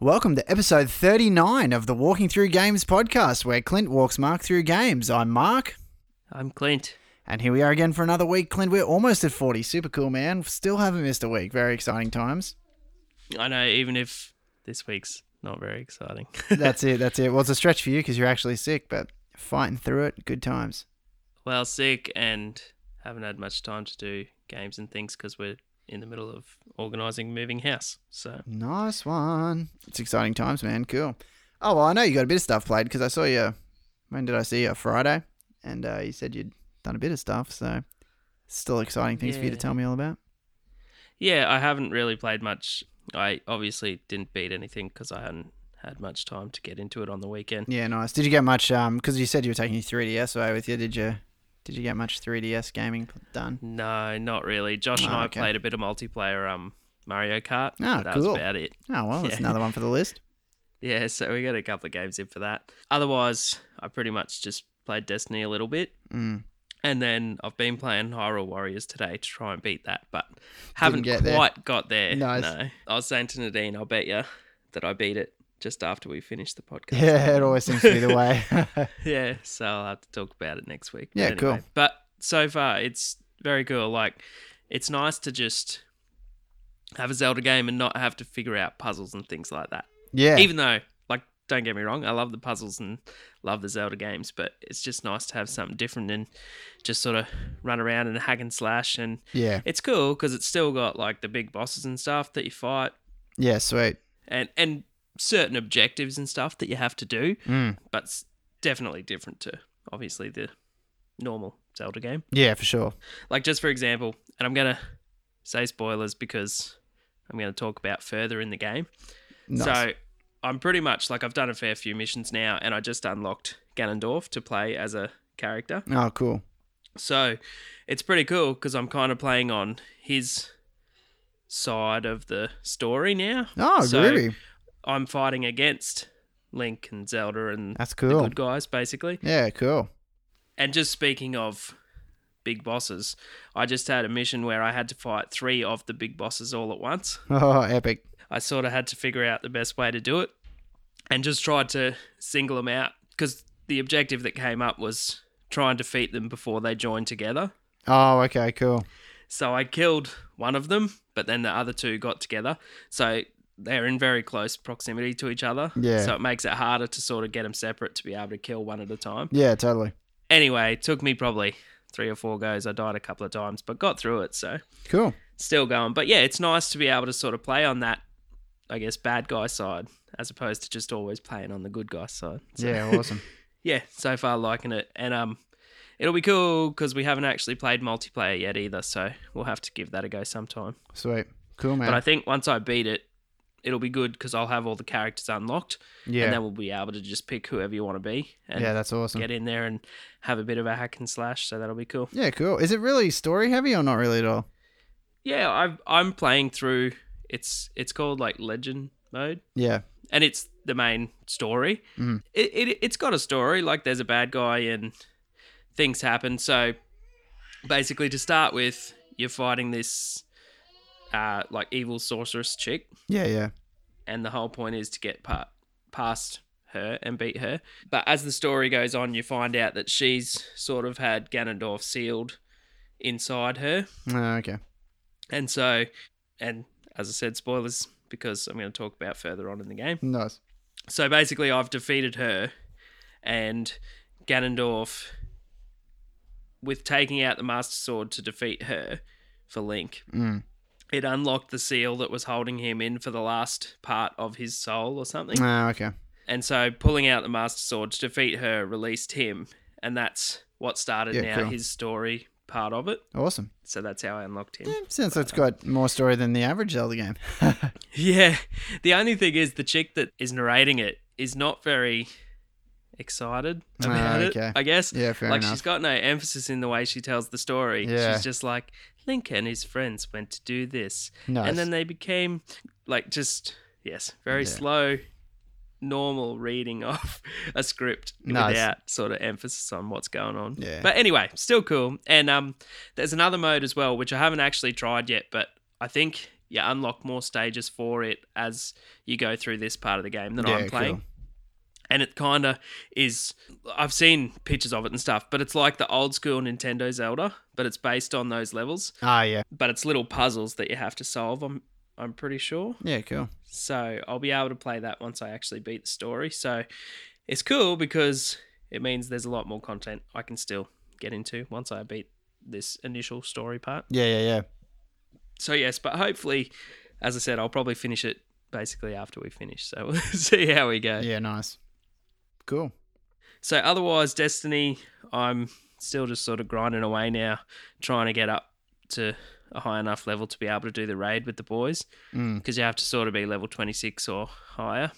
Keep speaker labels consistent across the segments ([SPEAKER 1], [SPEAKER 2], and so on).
[SPEAKER 1] Welcome to episode 39 of the Walking Through Games podcast, where Clint walks Mark through games. I'm Mark,
[SPEAKER 2] I'm Clint.
[SPEAKER 1] and here we are again for another week. Clint, we're almost at 40. Super cool, man. Still haven't missed a week. Very exciting times.
[SPEAKER 2] I know, even if this week's not very exciting.
[SPEAKER 1] That's it. That's it. Well, it's a stretch for you because you're actually sick, but fighting through it. Good times.
[SPEAKER 2] well, sick and haven't had much time to do games and things because we're in the middle of organising moving house. So,
[SPEAKER 1] Nice one. It's exciting times, man. Cool. Oh, well, I know you got a bit of stuff played because I saw you. When did I see you? Friday. And uh, you said you'd done a bit of stuff. So, still exciting things for you to
[SPEAKER 2] Yeah.
[SPEAKER 1] tell me all about.
[SPEAKER 2] yeah, I haven't really played much. I obviously didn't beat anything because I hadn't had much time to get into it on the weekend.
[SPEAKER 1] Yeah, nice. Did you get much? Um, because you said you were taking your 3ds away with you. Did you? Did you get much 3ds gaming p- done?
[SPEAKER 2] No, not really. Josh and
[SPEAKER 1] Oh,
[SPEAKER 2] I
[SPEAKER 1] okay.
[SPEAKER 2] played a bit of multiplayer um, Mario Kart.
[SPEAKER 1] Ah,
[SPEAKER 2] but that
[SPEAKER 1] cool.
[SPEAKER 2] was about it.
[SPEAKER 1] Oh well, that's
[SPEAKER 2] Yeah.
[SPEAKER 1] another one for the list.
[SPEAKER 2] Yeah, so we got a couple of games in for that. Otherwise, I pretty much just played Destiny a little bit.
[SPEAKER 1] Mm.
[SPEAKER 2] And then I've been playing Hyrule Warriors today to try and beat that, but haven't
[SPEAKER 1] get there.
[SPEAKER 2] quite got there.
[SPEAKER 1] Nice.
[SPEAKER 2] No. I was saying to Nadine, I'll bet you that I beat it just after we finish the podcast.
[SPEAKER 1] Yeah, it always seems to be the way.
[SPEAKER 2] yeah, so I'll have to talk about it next week.
[SPEAKER 1] Yeah, cool.
[SPEAKER 2] But so far, it's very cool. Like, it's nice to just have a Zelda game and not have to figure out puzzles and things like that
[SPEAKER 1] yeah,
[SPEAKER 2] even though like don't get me wrong i love the puzzles and love the zelda games but it's just nice to have something different and just sort of run around and hack and slash and
[SPEAKER 1] yeah,
[SPEAKER 2] it's cool because it's still got like the big bosses and stuff that you fight
[SPEAKER 1] yeah. Sweet.
[SPEAKER 2] and and certain objectives and stuff that you have to do
[SPEAKER 1] Mm.
[SPEAKER 2] but it's definitely different to obviously the normal zelda game
[SPEAKER 1] Yeah, for sure.
[SPEAKER 2] like just for example and i'm gonna say spoilers because i'm gonna talk about further in the game
[SPEAKER 1] Nice.
[SPEAKER 2] so I'm pretty much like I've done a fair few missions now, and I just unlocked Ganondorf to play as a character.
[SPEAKER 1] oh, cool.
[SPEAKER 2] So it's pretty cool because I'm kind of playing on his side of the story now.
[SPEAKER 1] Oh,
[SPEAKER 2] So-
[SPEAKER 1] groovy.
[SPEAKER 2] I'm fighting against Link and Zelda and
[SPEAKER 1] That's
[SPEAKER 2] the
[SPEAKER 1] cool.
[SPEAKER 2] good guys, basically.
[SPEAKER 1] Yeah, cool.
[SPEAKER 2] And just speaking of big bosses, I just had a mission where I had to fight three of the big bosses all at once.
[SPEAKER 1] Oh, epic.
[SPEAKER 2] I sort of had to figure out the best way to do it and just tried to single them out because the objective that came up was try and defeat them before they joined together.
[SPEAKER 1] Oh, okay, cool.
[SPEAKER 2] So I killed one of them, but then the other two got together. So they're in very close proximity to each other.
[SPEAKER 1] Yeah.
[SPEAKER 2] So it makes it harder to sort of get them separate to be able to kill one at a time.
[SPEAKER 1] Yeah, totally.
[SPEAKER 2] Anyway, it took me probably three or four goes. I died a couple of times, but got through it. So
[SPEAKER 1] Cool.
[SPEAKER 2] still going. But yeah, it's nice to be able to sort of play on that, I guess, bad guy side as opposed to just always playing on the good guy side. So,
[SPEAKER 1] Yeah, awesome.
[SPEAKER 2] yeah, so far liking it, and um, it'll be cool because we haven't actually played multiplayer yet either, so we'll have to give that a go sometime.
[SPEAKER 1] Sweet. Cool, man.
[SPEAKER 2] But I think once I beat it, it'll be good because I'll have all the characters unlocked,
[SPEAKER 1] yeah.
[SPEAKER 2] and then we'll be able to just pick whoever you want to be and
[SPEAKER 1] yeah, that's awesome.
[SPEAKER 2] get in there and have a bit of a hack and slash. So that'll be cool.
[SPEAKER 1] Yeah, cool. Is it really story heavy or not really at all?
[SPEAKER 2] Yeah, I've, I'm playing through. It's it's called like Legend mode.
[SPEAKER 1] Yeah.
[SPEAKER 2] and it's the main story.
[SPEAKER 1] Mhm.
[SPEAKER 2] It, it it's got a story. Like there's a bad guy and things happen. So basically, to start with, you're fighting this uh, like evil sorceress chick,
[SPEAKER 1] Yeah, yeah.
[SPEAKER 2] and the whole point is to get pa- past her and beat her. But as the story goes on, you find out that she's sort of had Ganondorf sealed inside her.
[SPEAKER 1] Oh, okay.
[SPEAKER 2] And so, and as I said, spoilers because I'm going to talk about further on in the game.
[SPEAKER 1] Nice.
[SPEAKER 2] So basically, I've defeated her, and Ganondorf, with taking out the Master Sword to defeat her for Link,
[SPEAKER 1] Mm.
[SPEAKER 2] it unlocked the seal that was holding him in for the last part of his soul or something.
[SPEAKER 1] Oh, okay.
[SPEAKER 2] And so, pulling out the Master Sword to defeat her released him, and that's what started
[SPEAKER 1] Yeah,
[SPEAKER 2] now
[SPEAKER 1] cool.
[SPEAKER 2] his story part of it.
[SPEAKER 1] Awesome.
[SPEAKER 2] So that's how I unlocked him.
[SPEAKER 1] Yeah, sounds like it's got more story than the average Zelda game.
[SPEAKER 2] Yeah. The only thing is the chick that is narrating it is not very excited
[SPEAKER 1] Ah,
[SPEAKER 2] about
[SPEAKER 1] okay.
[SPEAKER 2] it. I guess.
[SPEAKER 1] yeah, fair
[SPEAKER 2] like
[SPEAKER 1] enough.
[SPEAKER 2] she's got no emphasis in the way she tells the story.
[SPEAKER 1] Yeah.
[SPEAKER 2] She's just like Link and his friends went to do this,
[SPEAKER 1] Nice.
[SPEAKER 2] and then they became like just yes, very
[SPEAKER 1] Yeah.
[SPEAKER 2] slow, normal reading of a script
[SPEAKER 1] Nice.
[SPEAKER 2] without sort of emphasis on what's going on.
[SPEAKER 1] Yeah.
[SPEAKER 2] But anyway, still cool. And um, there's another mode as well which I haven't actually tried yet, but I think you unlock more stages for it as you go through this part of the game that I'm playing. And it kind of is. I've seen pictures of it and stuff, but it's like the old school Nintendo Zelda, but it's based on those levels.
[SPEAKER 1] Cool. Ah, yeah.
[SPEAKER 2] But it's little puzzles that you have to solve. I'm I'm pretty sure.
[SPEAKER 1] Yeah, cool.
[SPEAKER 2] So I'll be able to play that once I actually beat the story. So it's cool because it means there's a lot more content I can still get into once I beat this initial story part.
[SPEAKER 1] Yeah, yeah, yeah.
[SPEAKER 2] So yes, but hopefully, as I said, I'll probably finish it basically after we finish. So we'll see how we go.
[SPEAKER 1] Yeah, nice. Cool.
[SPEAKER 2] So otherwise, Destiny, I'm still just sort of grinding away now, trying to get up to a high enough level to be able to do the raid with the boys
[SPEAKER 1] Mm.
[SPEAKER 2] because you have to sort of be level 26 or higher.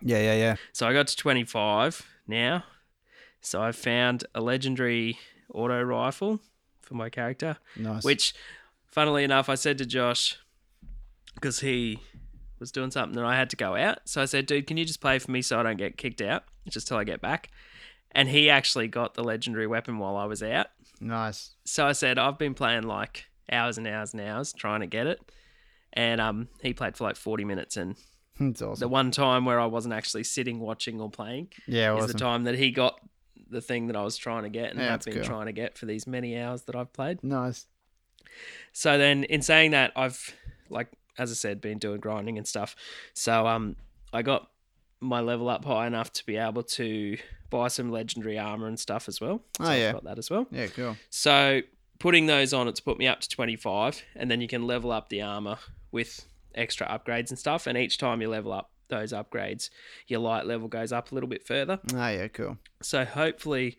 [SPEAKER 1] Yeah, yeah, yeah.
[SPEAKER 2] So I got to 25 now. So I found a legendary auto rifle for my character.
[SPEAKER 1] Nice.
[SPEAKER 2] Which, funnily enough, I said to Josh because he was doing something and I had to go out. So I said, "Dude, can you just play for me so I don't get kicked out just till I get back?" And he actually got the legendary weapon while I was out.
[SPEAKER 1] nice.
[SPEAKER 2] So I said, "I've been playing like hours and hours and hours trying to get it." And um, he played for like 40 minutes. And
[SPEAKER 1] It's
[SPEAKER 2] the
[SPEAKER 1] awesome.
[SPEAKER 2] one time where I wasn't actually sitting, watching, or playing
[SPEAKER 1] yeah,
[SPEAKER 2] is
[SPEAKER 1] awesome.
[SPEAKER 2] the time that he got the thing that I was trying to get and
[SPEAKER 1] Yeah,
[SPEAKER 2] have
[SPEAKER 1] that's
[SPEAKER 2] been
[SPEAKER 1] cool.
[SPEAKER 2] trying to get for these many hours that I've played.
[SPEAKER 1] Nice.
[SPEAKER 2] So then, in saying that, I've like as I said, been doing grinding and stuff. So um, I got my level up high enough to be able to buy some legendary armor and stuff as well. So
[SPEAKER 1] Oh,
[SPEAKER 2] I've
[SPEAKER 1] yeah.
[SPEAKER 2] got that as well.
[SPEAKER 1] Yeah, cool.
[SPEAKER 2] So putting those on, it's put me up to twenty five, and then you can level up the armor with extra upgrades and stuff. And each time you level up those upgrades, your light level goes up a little bit further.
[SPEAKER 1] Ah, yeah, cool.
[SPEAKER 2] So hopefully,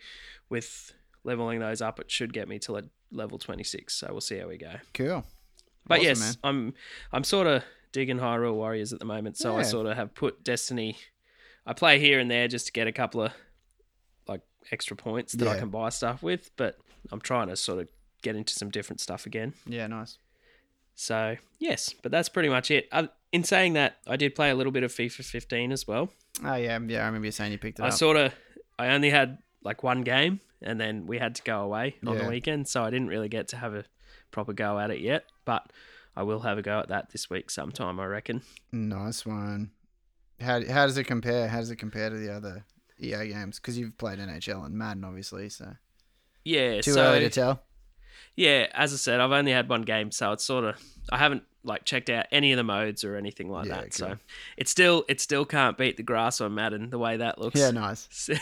[SPEAKER 2] with leveling those up, it should get me to le- level twenty six. So we'll see how we go.
[SPEAKER 1] Cool.
[SPEAKER 2] But
[SPEAKER 1] Awesome,
[SPEAKER 2] yes,
[SPEAKER 1] man.
[SPEAKER 2] I'm I'm sort of digging Hyrule Warriors at the moment, so I
[SPEAKER 1] Yeah.
[SPEAKER 2] sort of have put Destiny. I play here and there just to get a couple of like extra points that I
[SPEAKER 1] Yeah.
[SPEAKER 2] can buy stuff with, but I'm trying to sort of get into some different stuff again.
[SPEAKER 1] Yeah, nice.
[SPEAKER 2] So yes, but that's pretty much it. Uh, in saying that, I did play a little bit of FIFA 15 as well.
[SPEAKER 1] Oh yeah, yeah. I remember you saying you picked it
[SPEAKER 2] I
[SPEAKER 1] up.
[SPEAKER 2] sort of I only had like one game, and then we had to go away on
[SPEAKER 1] Yeah.
[SPEAKER 2] the weekend, so I didn't really get to have a proper go at it yet. But I will have a go at that this week sometime, I reckon.
[SPEAKER 1] nice one. How how does it compare? How does it compare to the other EA games? Because you've played NHL and Madden, obviously. So
[SPEAKER 2] Yeah.
[SPEAKER 1] too
[SPEAKER 2] so,
[SPEAKER 1] early to tell.
[SPEAKER 2] yeah, as I said, I've only had one game, so it's sort of I haven't like checked out any of the modes or anything like
[SPEAKER 1] Yeah,
[SPEAKER 2] that. So
[SPEAKER 1] cool.
[SPEAKER 2] it still it still can't beat the grass on Madden the way that looks.
[SPEAKER 1] Yeah, nice.
[SPEAKER 2] So,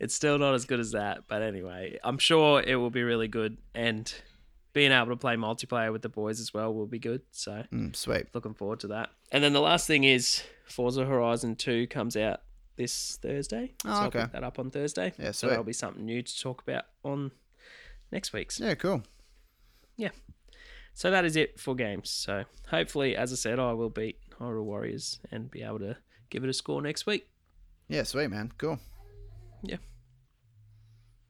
[SPEAKER 2] it's still not as good as that. But anyway, I'm sure it will be really good. And being able to play multiplayer with the boys as well will be good. So
[SPEAKER 1] Mm, sweet.
[SPEAKER 2] looking forward to that. And then the last thing is Forza Horizon 2 comes out this Thursday.
[SPEAKER 1] Oh,
[SPEAKER 2] so
[SPEAKER 1] okay.
[SPEAKER 2] I'll pick that up on Thursday.
[SPEAKER 1] Yeah, sweet.
[SPEAKER 2] so that'll be something new to talk about on next week's.
[SPEAKER 1] Yeah, cool.
[SPEAKER 2] So that is it for games. So hopefully, as I said, I will beat Horror Warriors and be able to give it a score next week.
[SPEAKER 1] Yeah, sweet man. Cool.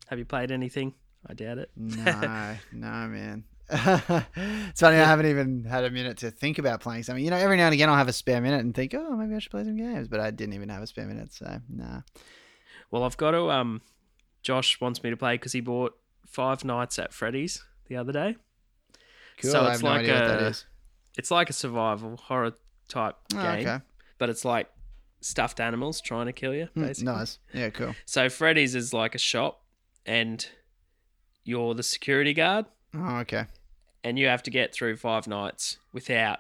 [SPEAKER 2] Have you played anything? I doubt it.
[SPEAKER 1] No, no, man. it's funny. I haven't even had a minute to think about playing something. You know, every now and again I'll have a spare minute and think, oh, maybe I should play some games. But I didn't even have a spare minute, so nah.
[SPEAKER 2] Well, I've got to. Um, Josh wants me to play because he bought Five Nights at Freddy's the other day.
[SPEAKER 1] Cool.
[SPEAKER 2] So
[SPEAKER 1] I
[SPEAKER 2] it's
[SPEAKER 1] have no
[SPEAKER 2] like
[SPEAKER 1] idea what that
[SPEAKER 2] a
[SPEAKER 1] is.
[SPEAKER 2] It's like a survival horror type
[SPEAKER 1] Oh,
[SPEAKER 2] game,
[SPEAKER 1] okay.
[SPEAKER 2] but it's like stuffed animals trying to kill you.
[SPEAKER 1] Mm,
[SPEAKER 2] Basically.
[SPEAKER 1] nice. Yeah, cool.
[SPEAKER 2] So Freddy's is like a shop, and you're the security guard,
[SPEAKER 1] Oh, okay.
[SPEAKER 2] and you have to get through Five Nights without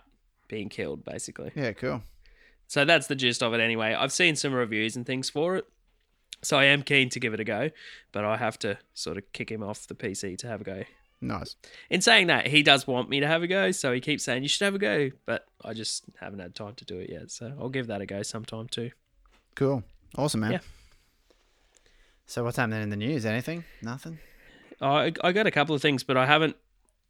[SPEAKER 2] being killed, basically.
[SPEAKER 1] Yeah, cool.
[SPEAKER 2] So that's the gist of it anyway. I've seen some reviews and things for it. So I am keen to give it a go, but I have to sort of kick him off the PC to have a go.
[SPEAKER 1] Nice.
[SPEAKER 2] In saying that, he does want me to have a go, so he keeps saying you should have a go, but I just haven't had time to do it yet. So I'll give that a go sometime too.
[SPEAKER 1] Cool. Awesome, man.
[SPEAKER 2] Yeah.
[SPEAKER 1] So what's happening in the news? Anything? Nothing?
[SPEAKER 2] I I got a couple of things, but I haven't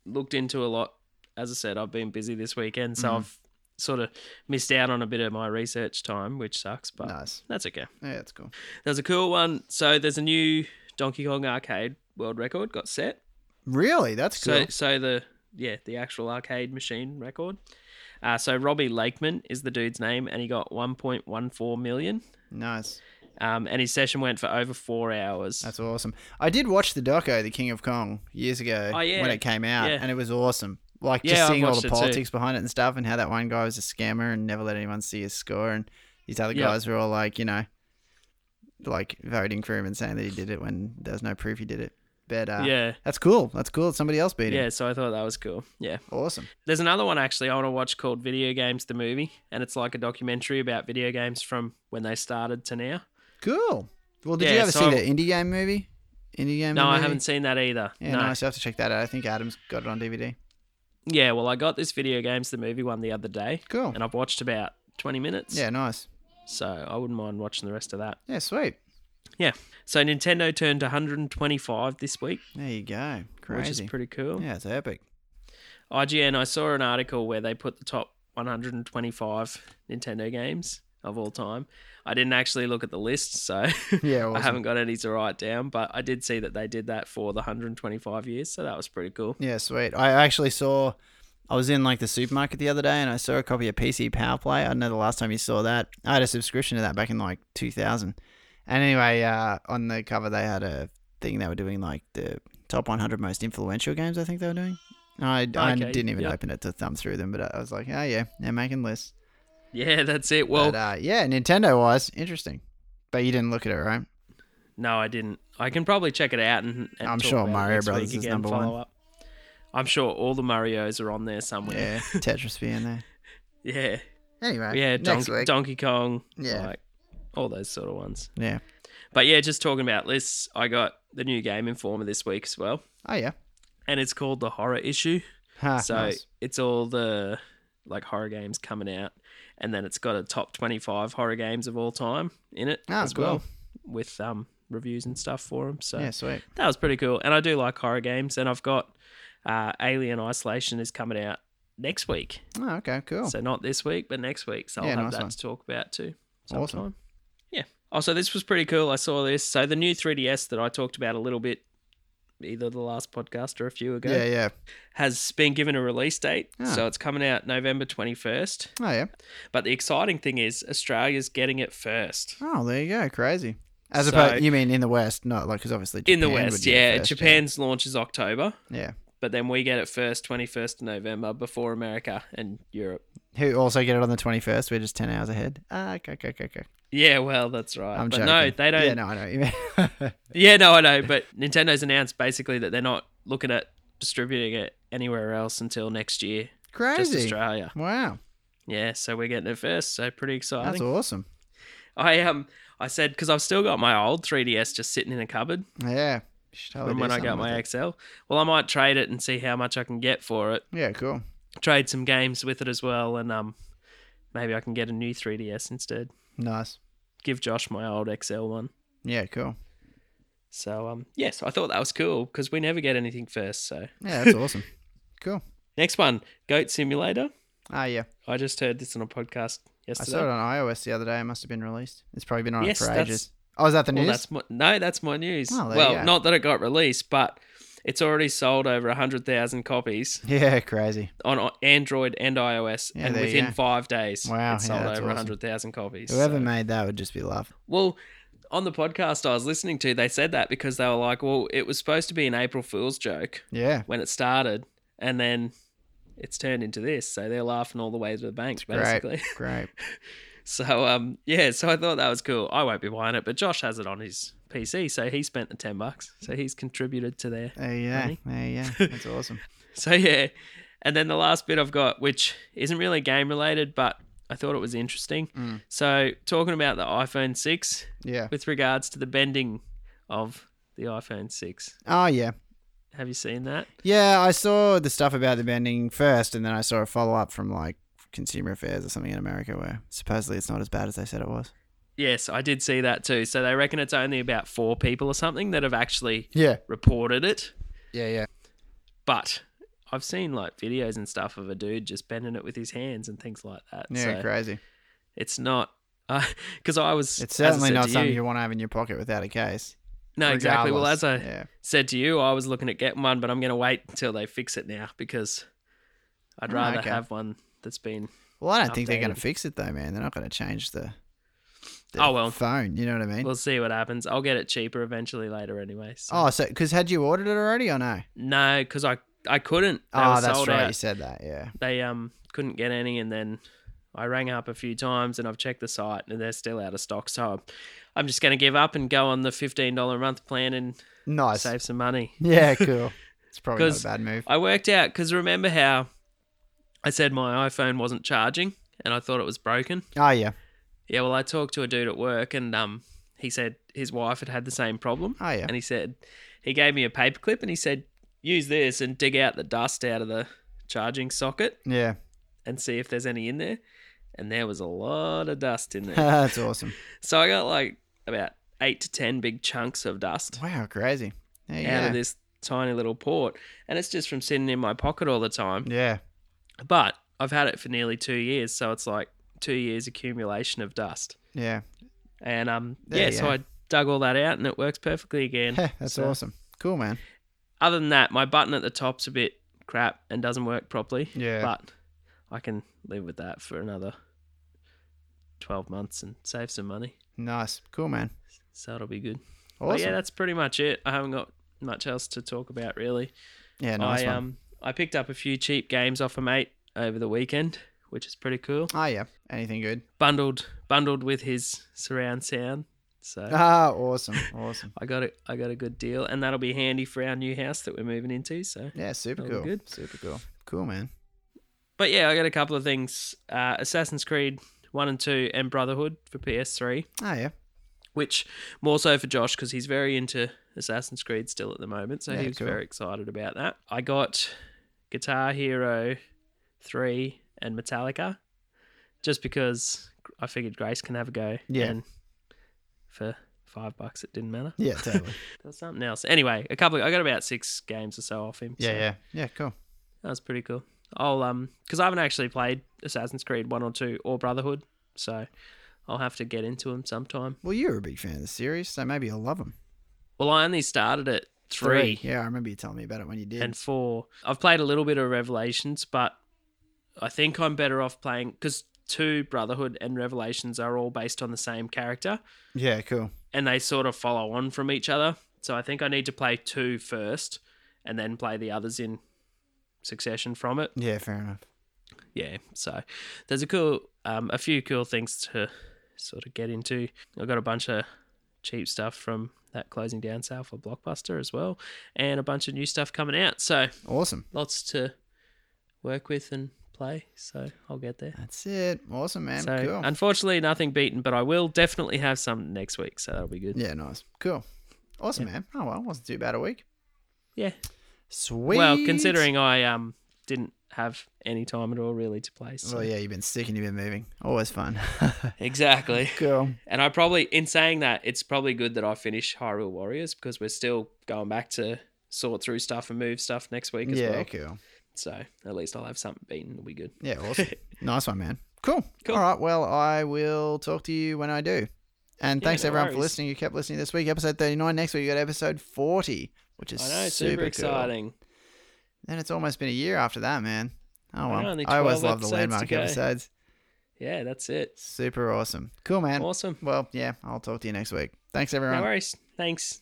[SPEAKER 2] looked into a lot. As I said, I've been busy this weekend, so
[SPEAKER 1] Mhm.
[SPEAKER 2] I've sort of missed out on a bit of my research time, which sucks, but
[SPEAKER 1] nice.
[SPEAKER 2] that's okay.
[SPEAKER 1] Yeah, that's cool.
[SPEAKER 2] There's a cool one. So there's a new Donkey Kong arcade world record got set.
[SPEAKER 1] Really? That's cool.
[SPEAKER 2] So so the yeah the actual arcade machine record. Uh, so Robbie Lakeman is the dude's name, and he got 1.14 million.
[SPEAKER 1] nice.
[SPEAKER 2] Um, and his session went for over four hours.
[SPEAKER 1] That's awesome. I did watch the doco, The King of Kong, years ago
[SPEAKER 2] Oh, yeah.
[SPEAKER 1] when it came out,
[SPEAKER 2] Yeah.
[SPEAKER 1] and it was awesome. Like
[SPEAKER 2] Yeah,
[SPEAKER 1] just
[SPEAKER 2] I've
[SPEAKER 1] seeing all
[SPEAKER 2] watched
[SPEAKER 1] the
[SPEAKER 2] it too.
[SPEAKER 1] politics behind it and stuff, and how that one guy was a scammer and never let anyone see his score, and these other
[SPEAKER 2] Yeah.
[SPEAKER 1] guys were all like, you know, like voting for him and saying that he did it when there was no proof he did it. But uh,
[SPEAKER 2] yeah,
[SPEAKER 1] that's cool. That's cool. that Somebody else beat him.
[SPEAKER 2] yeah. So I thought that was cool. Yeah.
[SPEAKER 1] Awesome.
[SPEAKER 2] There's another one actually I want to watch called Video Games the Movie, and it's like a documentary about video games from when they started to now.
[SPEAKER 1] Cool. Well, did you
[SPEAKER 2] Yeah,
[SPEAKER 1] ever
[SPEAKER 2] so
[SPEAKER 1] see
[SPEAKER 2] I'm-
[SPEAKER 1] the indie game movie? Indie game.
[SPEAKER 2] No, I
[SPEAKER 1] movie?
[SPEAKER 2] haven't seen that either.
[SPEAKER 1] Yeah,
[SPEAKER 2] no.
[SPEAKER 1] nice. You have to check that out. I think Adam's got it on DVD.
[SPEAKER 2] Yeah, well, I got this Video Games the Movie one the other day,
[SPEAKER 1] Cool.
[SPEAKER 2] and I've watched about 20 minutes.
[SPEAKER 1] Oh. Yeah, nice.
[SPEAKER 2] So I wouldn't mind watching the rest of that.
[SPEAKER 1] Yeah, sweet.
[SPEAKER 2] So Nintendo turned 125 this week,
[SPEAKER 1] There you go.
[SPEAKER 2] which is
[SPEAKER 1] Crazy.
[SPEAKER 2] pretty cool.
[SPEAKER 1] yeah, it's epic.
[SPEAKER 2] IGN, I saw an article where they put the top 125 Nintendo games of all time. I didn't actually look at the list, so
[SPEAKER 1] Yeah,
[SPEAKER 2] I
[SPEAKER 1] awesome.
[SPEAKER 2] haven't got any to write down, but I did see that they did that for the 125 years, so that was pretty cool.
[SPEAKER 1] Yeah, sweet. I actually saw. I was in like the supermarket the other day, and I saw a copy of PC Power Play. I don't know the last time you saw that. I had a subscription to that back in like 2000. And anyway, uh, on the cover they had a thing they were doing like the top 100 most influential games. I think they were doing. I, I
[SPEAKER 2] Okay,
[SPEAKER 1] didn't even
[SPEAKER 2] yeah.
[SPEAKER 1] open it to thumb through them, but I was like, oh yeah, they're making lists.
[SPEAKER 2] Yeah, that's it. Well,
[SPEAKER 1] but, uh, yeah, Nintendo wise, interesting. But you didn't look at it, right?
[SPEAKER 2] no, I didn't. I can probably check it out and, and
[SPEAKER 1] I'm
[SPEAKER 2] talk
[SPEAKER 1] sure
[SPEAKER 2] about it
[SPEAKER 1] Mario
[SPEAKER 2] next week
[SPEAKER 1] Brothers is
[SPEAKER 2] again,
[SPEAKER 1] number
[SPEAKER 2] follow
[SPEAKER 1] one.
[SPEAKER 2] Up. I'm sure all the Marios are on there somewhere.
[SPEAKER 1] Yeah, Tetris being there.
[SPEAKER 2] Yeah,
[SPEAKER 1] Anyway,
[SPEAKER 2] yeah,
[SPEAKER 1] next
[SPEAKER 2] Donkey,
[SPEAKER 1] week.
[SPEAKER 2] Donkey Kong,
[SPEAKER 1] Yeah.
[SPEAKER 2] like all those sort of ones.
[SPEAKER 1] yeah.
[SPEAKER 2] But yeah, just talking about lists, I got the new Game Informer this week as well,
[SPEAKER 1] Oh yeah.
[SPEAKER 2] and it's called the Horror Issue.
[SPEAKER 1] Ha,
[SPEAKER 2] so
[SPEAKER 1] Ah, nice.
[SPEAKER 2] it's all the like horror games coming out, and then it's got a top twenty-five horror games of all time in it
[SPEAKER 1] Ah,
[SPEAKER 2] as well, with um reviews and stuff for them. So
[SPEAKER 1] yeah, sweet.
[SPEAKER 2] that was pretty cool, and I do like horror games, and I've got uh, Alien Isolation is coming out next week,
[SPEAKER 1] Oh, okay, cool.
[SPEAKER 2] so not this week, but next week. So I'll
[SPEAKER 1] Yeah,
[SPEAKER 2] have
[SPEAKER 1] nice
[SPEAKER 2] that
[SPEAKER 1] one.
[SPEAKER 2] to talk about too. Sometime.
[SPEAKER 1] Awesome.
[SPEAKER 2] Yeah. Also, this was pretty cool. I saw this. So the new 3DS that I talked about a little bit, either the last podcast or a few ago,
[SPEAKER 1] Yeah, yeah.
[SPEAKER 2] has been given a release date.
[SPEAKER 1] Ah.
[SPEAKER 2] So it's coming out November 21st.
[SPEAKER 1] Oh yeah.
[SPEAKER 2] But the exciting thing is Australia's getting it first.
[SPEAKER 1] Oh, there you go. Crazy. As
[SPEAKER 2] So-
[SPEAKER 1] opposed, you mean in the West, not like because obviously
[SPEAKER 2] In the
[SPEAKER 1] Japan would
[SPEAKER 2] West,
[SPEAKER 1] be the
[SPEAKER 2] yeah.
[SPEAKER 1] first,
[SPEAKER 2] Japan's launch is October,
[SPEAKER 1] Yeah.
[SPEAKER 2] but then we get it first, 21st of November, before America and Europe.
[SPEAKER 1] yeah. Who also get it on the twenty first? We're just ten hours ahead. Ah, okay, okay, okay, okay.
[SPEAKER 2] Yeah, well, that's right.
[SPEAKER 1] I'm
[SPEAKER 2] but
[SPEAKER 1] joking.
[SPEAKER 2] no, they don't.
[SPEAKER 1] Yeah, no, I know. what you mean.
[SPEAKER 2] Yeah, no, I know, but Nintendo's announced basically that they're not looking at distributing it anywhere else until next year, just
[SPEAKER 1] Crazy.
[SPEAKER 2] Australia.
[SPEAKER 1] Wow,
[SPEAKER 2] Yeah, so we're getting it first, so pretty
[SPEAKER 1] that's
[SPEAKER 2] exciting.
[SPEAKER 1] awesome.
[SPEAKER 2] I um, I said because I've still got my old 3DS just sitting in a cupboard
[SPEAKER 1] Yeah. You should totally
[SPEAKER 2] from
[SPEAKER 1] do
[SPEAKER 2] when I
[SPEAKER 1] something
[SPEAKER 2] got
[SPEAKER 1] with
[SPEAKER 2] my
[SPEAKER 1] Oh, it.
[SPEAKER 2] XL. Well, I might trade it and see how much I can get for it.
[SPEAKER 1] Yeah, cool.
[SPEAKER 2] Trade some games with it as well, and um, maybe I can get a new 3DS instead.
[SPEAKER 1] Nice.
[SPEAKER 2] Give Josh my old XL one.
[SPEAKER 1] Yeah, cool.
[SPEAKER 2] So um, yes, I thought that was cool because we never get anything first. So
[SPEAKER 1] Yeah, that's awesome. Cool.
[SPEAKER 2] next one, Goat Simulator.
[SPEAKER 1] Ah, yeah.
[SPEAKER 2] I just heard this on a podcast
[SPEAKER 1] I saw it
[SPEAKER 2] yesterday.
[SPEAKER 1] on iOS the other day. It must have been released. It's probably been on
[SPEAKER 2] Yes,
[SPEAKER 1] it for
[SPEAKER 2] that's-
[SPEAKER 1] ages. Oh, is that the
[SPEAKER 2] Well,
[SPEAKER 1] news?
[SPEAKER 2] that's my, no, that's my news.
[SPEAKER 1] Oh, there you go.
[SPEAKER 2] well, not that it got released, but it's already sold over hundred thousand copies
[SPEAKER 1] Yeah, crazy.
[SPEAKER 2] on o- Android and iOS,
[SPEAKER 1] Yeah,
[SPEAKER 2] and
[SPEAKER 1] there you
[SPEAKER 2] within
[SPEAKER 1] go.
[SPEAKER 2] five days,
[SPEAKER 1] Wow,
[SPEAKER 2] it
[SPEAKER 1] yeah,
[SPEAKER 2] sold
[SPEAKER 1] that's
[SPEAKER 2] over
[SPEAKER 1] awesome.
[SPEAKER 2] hundred thousand copies.
[SPEAKER 1] Whoever
[SPEAKER 2] So-
[SPEAKER 1] made that would just be laughing.
[SPEAKER 2] well, on the podcast I was listening to, they said that because they were like, "Well, it was supposed to be an April Fool's joke
[SPEAKER 1] Yeah,
[SPEAKER 2] when it started, and then." It's turned into this, so they're laughing all the way to the bank,
[SPEAKER 1] great.
[SPEAKER 2] basically.
[SPEAKER 1] great.
[SPEAKER 2] So um yeah, so I thought that was cool. I won't be buying it, but Josh has it on his PC, so he spent the ten bucks. So he's contributed to there.
[SPEAKER 1] There you go.
[SPEAKER 2] Funny.
[SPEAKER 1] There you go. That's awesome.
[SPEAKER 2] So yeah. And then the last bit I've got, which isn't really game related, but I thought it was interesting.
[SPEAKER 1] Mm.
[SPEAKER 2] So talking about the iPhone six
[SPEAKER 1] Yeah.
[SPEAKER 2] with regards to the bending of the iPhone six.
[SPEAKER 1] Oh yeah.
[SPEAKER 2] Have you seen that?
[SPEAKER 1] Yeah, I saw the stuff about the bending first, and then I saw a follow up from like Consumer Affairs or something in America where supposedly it's not as bad as they said it was.
[SPEAKER 2] Yes, I did see that too. So they reckon it's only about four people or something that have actually
[SPEAKER 1] Yeah.
[SPEAKER 2] reported it.
[SPEAKER 1] Yeah. Yeah.
[SPEAKER 2] But I've seen like videos and stuff of a dude just bending it with his hands and things like that.
[SPEAKER 1] Yeah.
[SPEAKER 2] so
[SPEAKER 1] crazy.
[SPEAKER 2] it's not because I was.
[SPEAKER 1] It's
[SPEAKER 2] as I
[SPEAKER 1] certainly
[SPEAKER 2] said
[SPEAKER 1] not
[SPEAKER 2] to
[SPEAKER 1] something you,
[SPEAKER 2] you-
[SPEAKER 1] want to have in your pocket without a case.
[SPEAKER 2] No, exactly. Well,
[SPEAKER 1] regardless.
[SPEAKER 2] as I
[SPEAKER 1] yeah.
[SPEAKER 2] said to you, I was looking at getting one, but I'm going to wait until they fix it now because I'd
[SPEAKER 1] Ah,
[SPEAKER 2] rather
[SPEAKER 1] okay.
[SPEAKER 2] have one that's been.
[SPEAKER 1] Well, I don't think they're going
[SPEAKER 2] updated.
[SPEAKER 1] to fix it though, man. They're not going to change the. the
[SPEAKER 2] Oh, well.
[SPEAKER 1] Phone. You know what I mean?
[SPEAKER 2] We'll see what happens. I'll get it cheaper eventually later anyway. So.
[SPEAKER 1] oh, so because had you ordered it already or no?
[SPEAKER 2] No, because I I couldn't. They
[SPEAKER 1] Ah,
[SPEAKER 2] were
[SPEAKER 1] that's
[SPEAKER 2] sold
[SPEAKER 1] right.
[SPEAKER 2] out.
[SPEAKER 1] You said that. Yeah.
[SPEAKER 2] They um couldn't get any, and then I rang up a few times, and I've checked the site, and they're still out of stock. So I'm, I'm just going to give up and go on the fifteen dollar a month plan and
[SPEAKER 1] Nice.
[SPEAKER 2] save some money.
[SPEAKER 1] Yeah. Cool. It's probably not
[SPEAKER 2] 'Cause-
[SPEAKER 1] a bad move.
[SPEAKER 2] I worked out because remember how I said my iPhone wasn't charging, and I thought it was broken.
[SPEAKER 1] Oh yeah.
[SPEAKER 2] Yeah, well, I talked to a dude at work, and um, he said his wife had had the same problem.
[SPEAKER 1] Oh yeah.
[SPEAKER 2] And he said, he gave me a paperclip and he said, use this and dig out the dust out of the charging socket
[SPEAKER 1] Yeah.
[SPEAKER 2] and see if there's any in there. And there was a lot of dust in there.
[SPEAKER 1] that's awesome.
[SPEAKER 2] so I got like about eight to 10 big chunks of dust
[SPEAKER 1] Wow. Crazy. Yeah.
[SPEAKER 2] out
[SPEAKER 1] Oh, Yeah.
[SPEAKER 2] of this tiny little port. And it's just from sitting in my pocket all the time.
[SPEAKER 1] yeah.
[SPEAKER 2] But I've had it for nearly two years. So it's like two years accumulation of dust.
[SPEAKER 1] Yeah.
[SPEAKER 2] And um,
[SPEAKER 1] There
[SPEAKER 2] yeah,
[SPEAKER 1] you
[SPEAKER 2] so
[SPEAKER 1] go.
[SPEAKER 2] I dug all that out and it works perfectly again.
[SPEAKER 1] Heh, that's
[SPEAKER 2] So-
[SPEAKER 1] awesome. Cool, man.
[SPEAKER 2] other than that, my button at the top's a bit crap and doesn't work properly.
[SPEAKER 1] Yeah.
[SPEAKER 2] But I can live with that for another 12 months and save some money.
[SPEAKER 1] Nice. Cool, man.
[SPEAKER 2] So it'll be good. But
[SPEAKER 1] Awesome.
[SPEAKER 2] yeah,
[SPEAKER 1] Yeah,
[SPEAKER 2] that's pretty much it. I haven't got much else to talk about really.
[SPEAKER 1] nice
[SPEAKER 2] I
[SPEAKER 1] one.
[SPEAKER 2] um I picked up a few cheap games off a mate over the weekend, which is pretty cool.
[SPEAKER 1] oh yeah. Anything good?
[SPEAKER 2] Bundled bundled with his surround sound. So
[SPEAKER 1] Ah, awesome. Awesome.
[SPEAKER 2] I got a I got a good deal and that'll be handy for our new house that we're moving into, so
[SPEAKER 1] Yeah, super
[SPEAKER 2] That'll
[SPEAKER 1] cool.
[SPEAKER 2] be good.
[SPEAKER 1] Super cool. Cool, man.
[SPEAKER 2] But yeah, I got a couple of things: uh, Assassin's Creed One and Two, and Brotherhood for PS3.
[SPEAKER 1] Oh yeah.
[SPEAKER 2] Which more so for Josh because he's very into Assassin's Creed still at the moment, so
[SPEAKER 1] Yeah,
[SPEAKER 2] he was
[SPEAKER 1] cool.
[SPEAKER 2] very excited about that. I got Guitar Hero Three and Metallica, just because I figured Grace can have a go.
[SPEAKER 1] Yeah.
[SPEAKER 2] And for five bucks, it didn't matter.
[SPEAKER 1] Yeah, totally.
[SPEAKER 2] There was something else. Anyway, a couple. I got about six games or so off him.
[SPEAKER 1] yeah,
[SPEAKER 2] so-
[SPEAKER 1] yeah. Yeah, cool.
[SPEAKER 2] that was pretty cool. I'll um because I haven't actually played Assassin's Creed one or two or Brotherhood, so I'll have to get into them sometime.
[SPEAKER 1] Well, you're a big fan of the series, so maybe you'll love them.
[SPEAKER 2] Well, I only started at three,
[SPEAKER 1] Yeah, I remember you telling me about it when you did.
[SPEAKER 2] and four. I've played a little bit of Revelations, but I think I'm better off playing because two Brotherhood and Revelations are all based on the same character,
[SPEAKER 1] yeah, cool.
[SPEAKER 2] and they sort of follow on from each other. So I think I need to play two first, and then play the others in succession from it.
[SPEAKER 1] Yeah, fair enough.
[SPEAKER 2] yeah so there's a cool um, a few cool things to sort of get into i got a bunch of cheap stuff from that closing down sale for blockbuster as well and a bunch of new stuff coming out so
[SPEAKER 1] Awesome.
[SPEAKER 2] lots to work with and play so i'll get there
[SPEAKER 1] That's it. Awesome, man.
[SPEAKER 2] so
[SPEAKER 1] cool.
[SPEAKER 2] unfortunately nothing beaten but i will definitely have some next week so that'll be good yeah,
[SPEAKER 1] yeah, nice. Cool. Awesome, man. Oh, well, wasn't too bad a week. Sweet.
[SPEAKER 2] well considering i um didn't have any time at all really to play so
[SPEAKER 1] Well, yeah, you've been sick and you've been moving. Always fun.
[SPEAKER 2] exactly
[SPEAKER 1] cool.
[SPEAKER 2] And I probably, in saying that, it's probably good that I finish Hyrule Warriors because we're still going back to sort through stuff and move stuff next week as
[SPEAKER 1] Yeah,
[SPEAKER 2] well.
[SPEAKER 1] cool.
[SPEAKER 2] So at least I'll have something beaten. It'll be good.
[SPEAKER 1] Yeah, awesome. nice one, man. Cool.
[SPEAKER 2] Cool.
[SPEAKER 1] All right. Well, I will talk to you when I do. And
[SPEAKER 2] Yeah,
[SPEAKER 1] thanks
[SPEAKER 2] no
[SPEAKER 1] everyone for
[SPEAKER 2] worries.
[SPEAKER 1] listening. You kept listening this week, episode 39. Next week, you got episode 40, which is
[SPEAKER 2] I know,
[SPEAKER 1] super,
[SPEAKER 2] super,
[SPEAKER 1] cool.
[SPEAKER 2] exciting.
[SPEAKER 1] Then it's almost been a year after that, man. Oh,
[SPEAKER 2] I
[SPEAKER 1] well.
[SPEAKER 2] know, only
[SPEAKER 1] I always
[SPEAKER 2] 12
[SPEAKER 1] love the
[SPEAKER 2] episodes to
[SPEAKER 1] landmark
[SPEAKER 2] go.
[SPEAKER 1] episodes.
[SPEAKER 2] Yeah, that's it.
[SPEAKER 1] Super awesome. Cool, man.
[SPEAKER 2] Awesome.
[SPEAKER 1] Well, yeah, I'll talk to you next week. Thanks, everyone.
[SPEAKER 2] No worries. Thanks.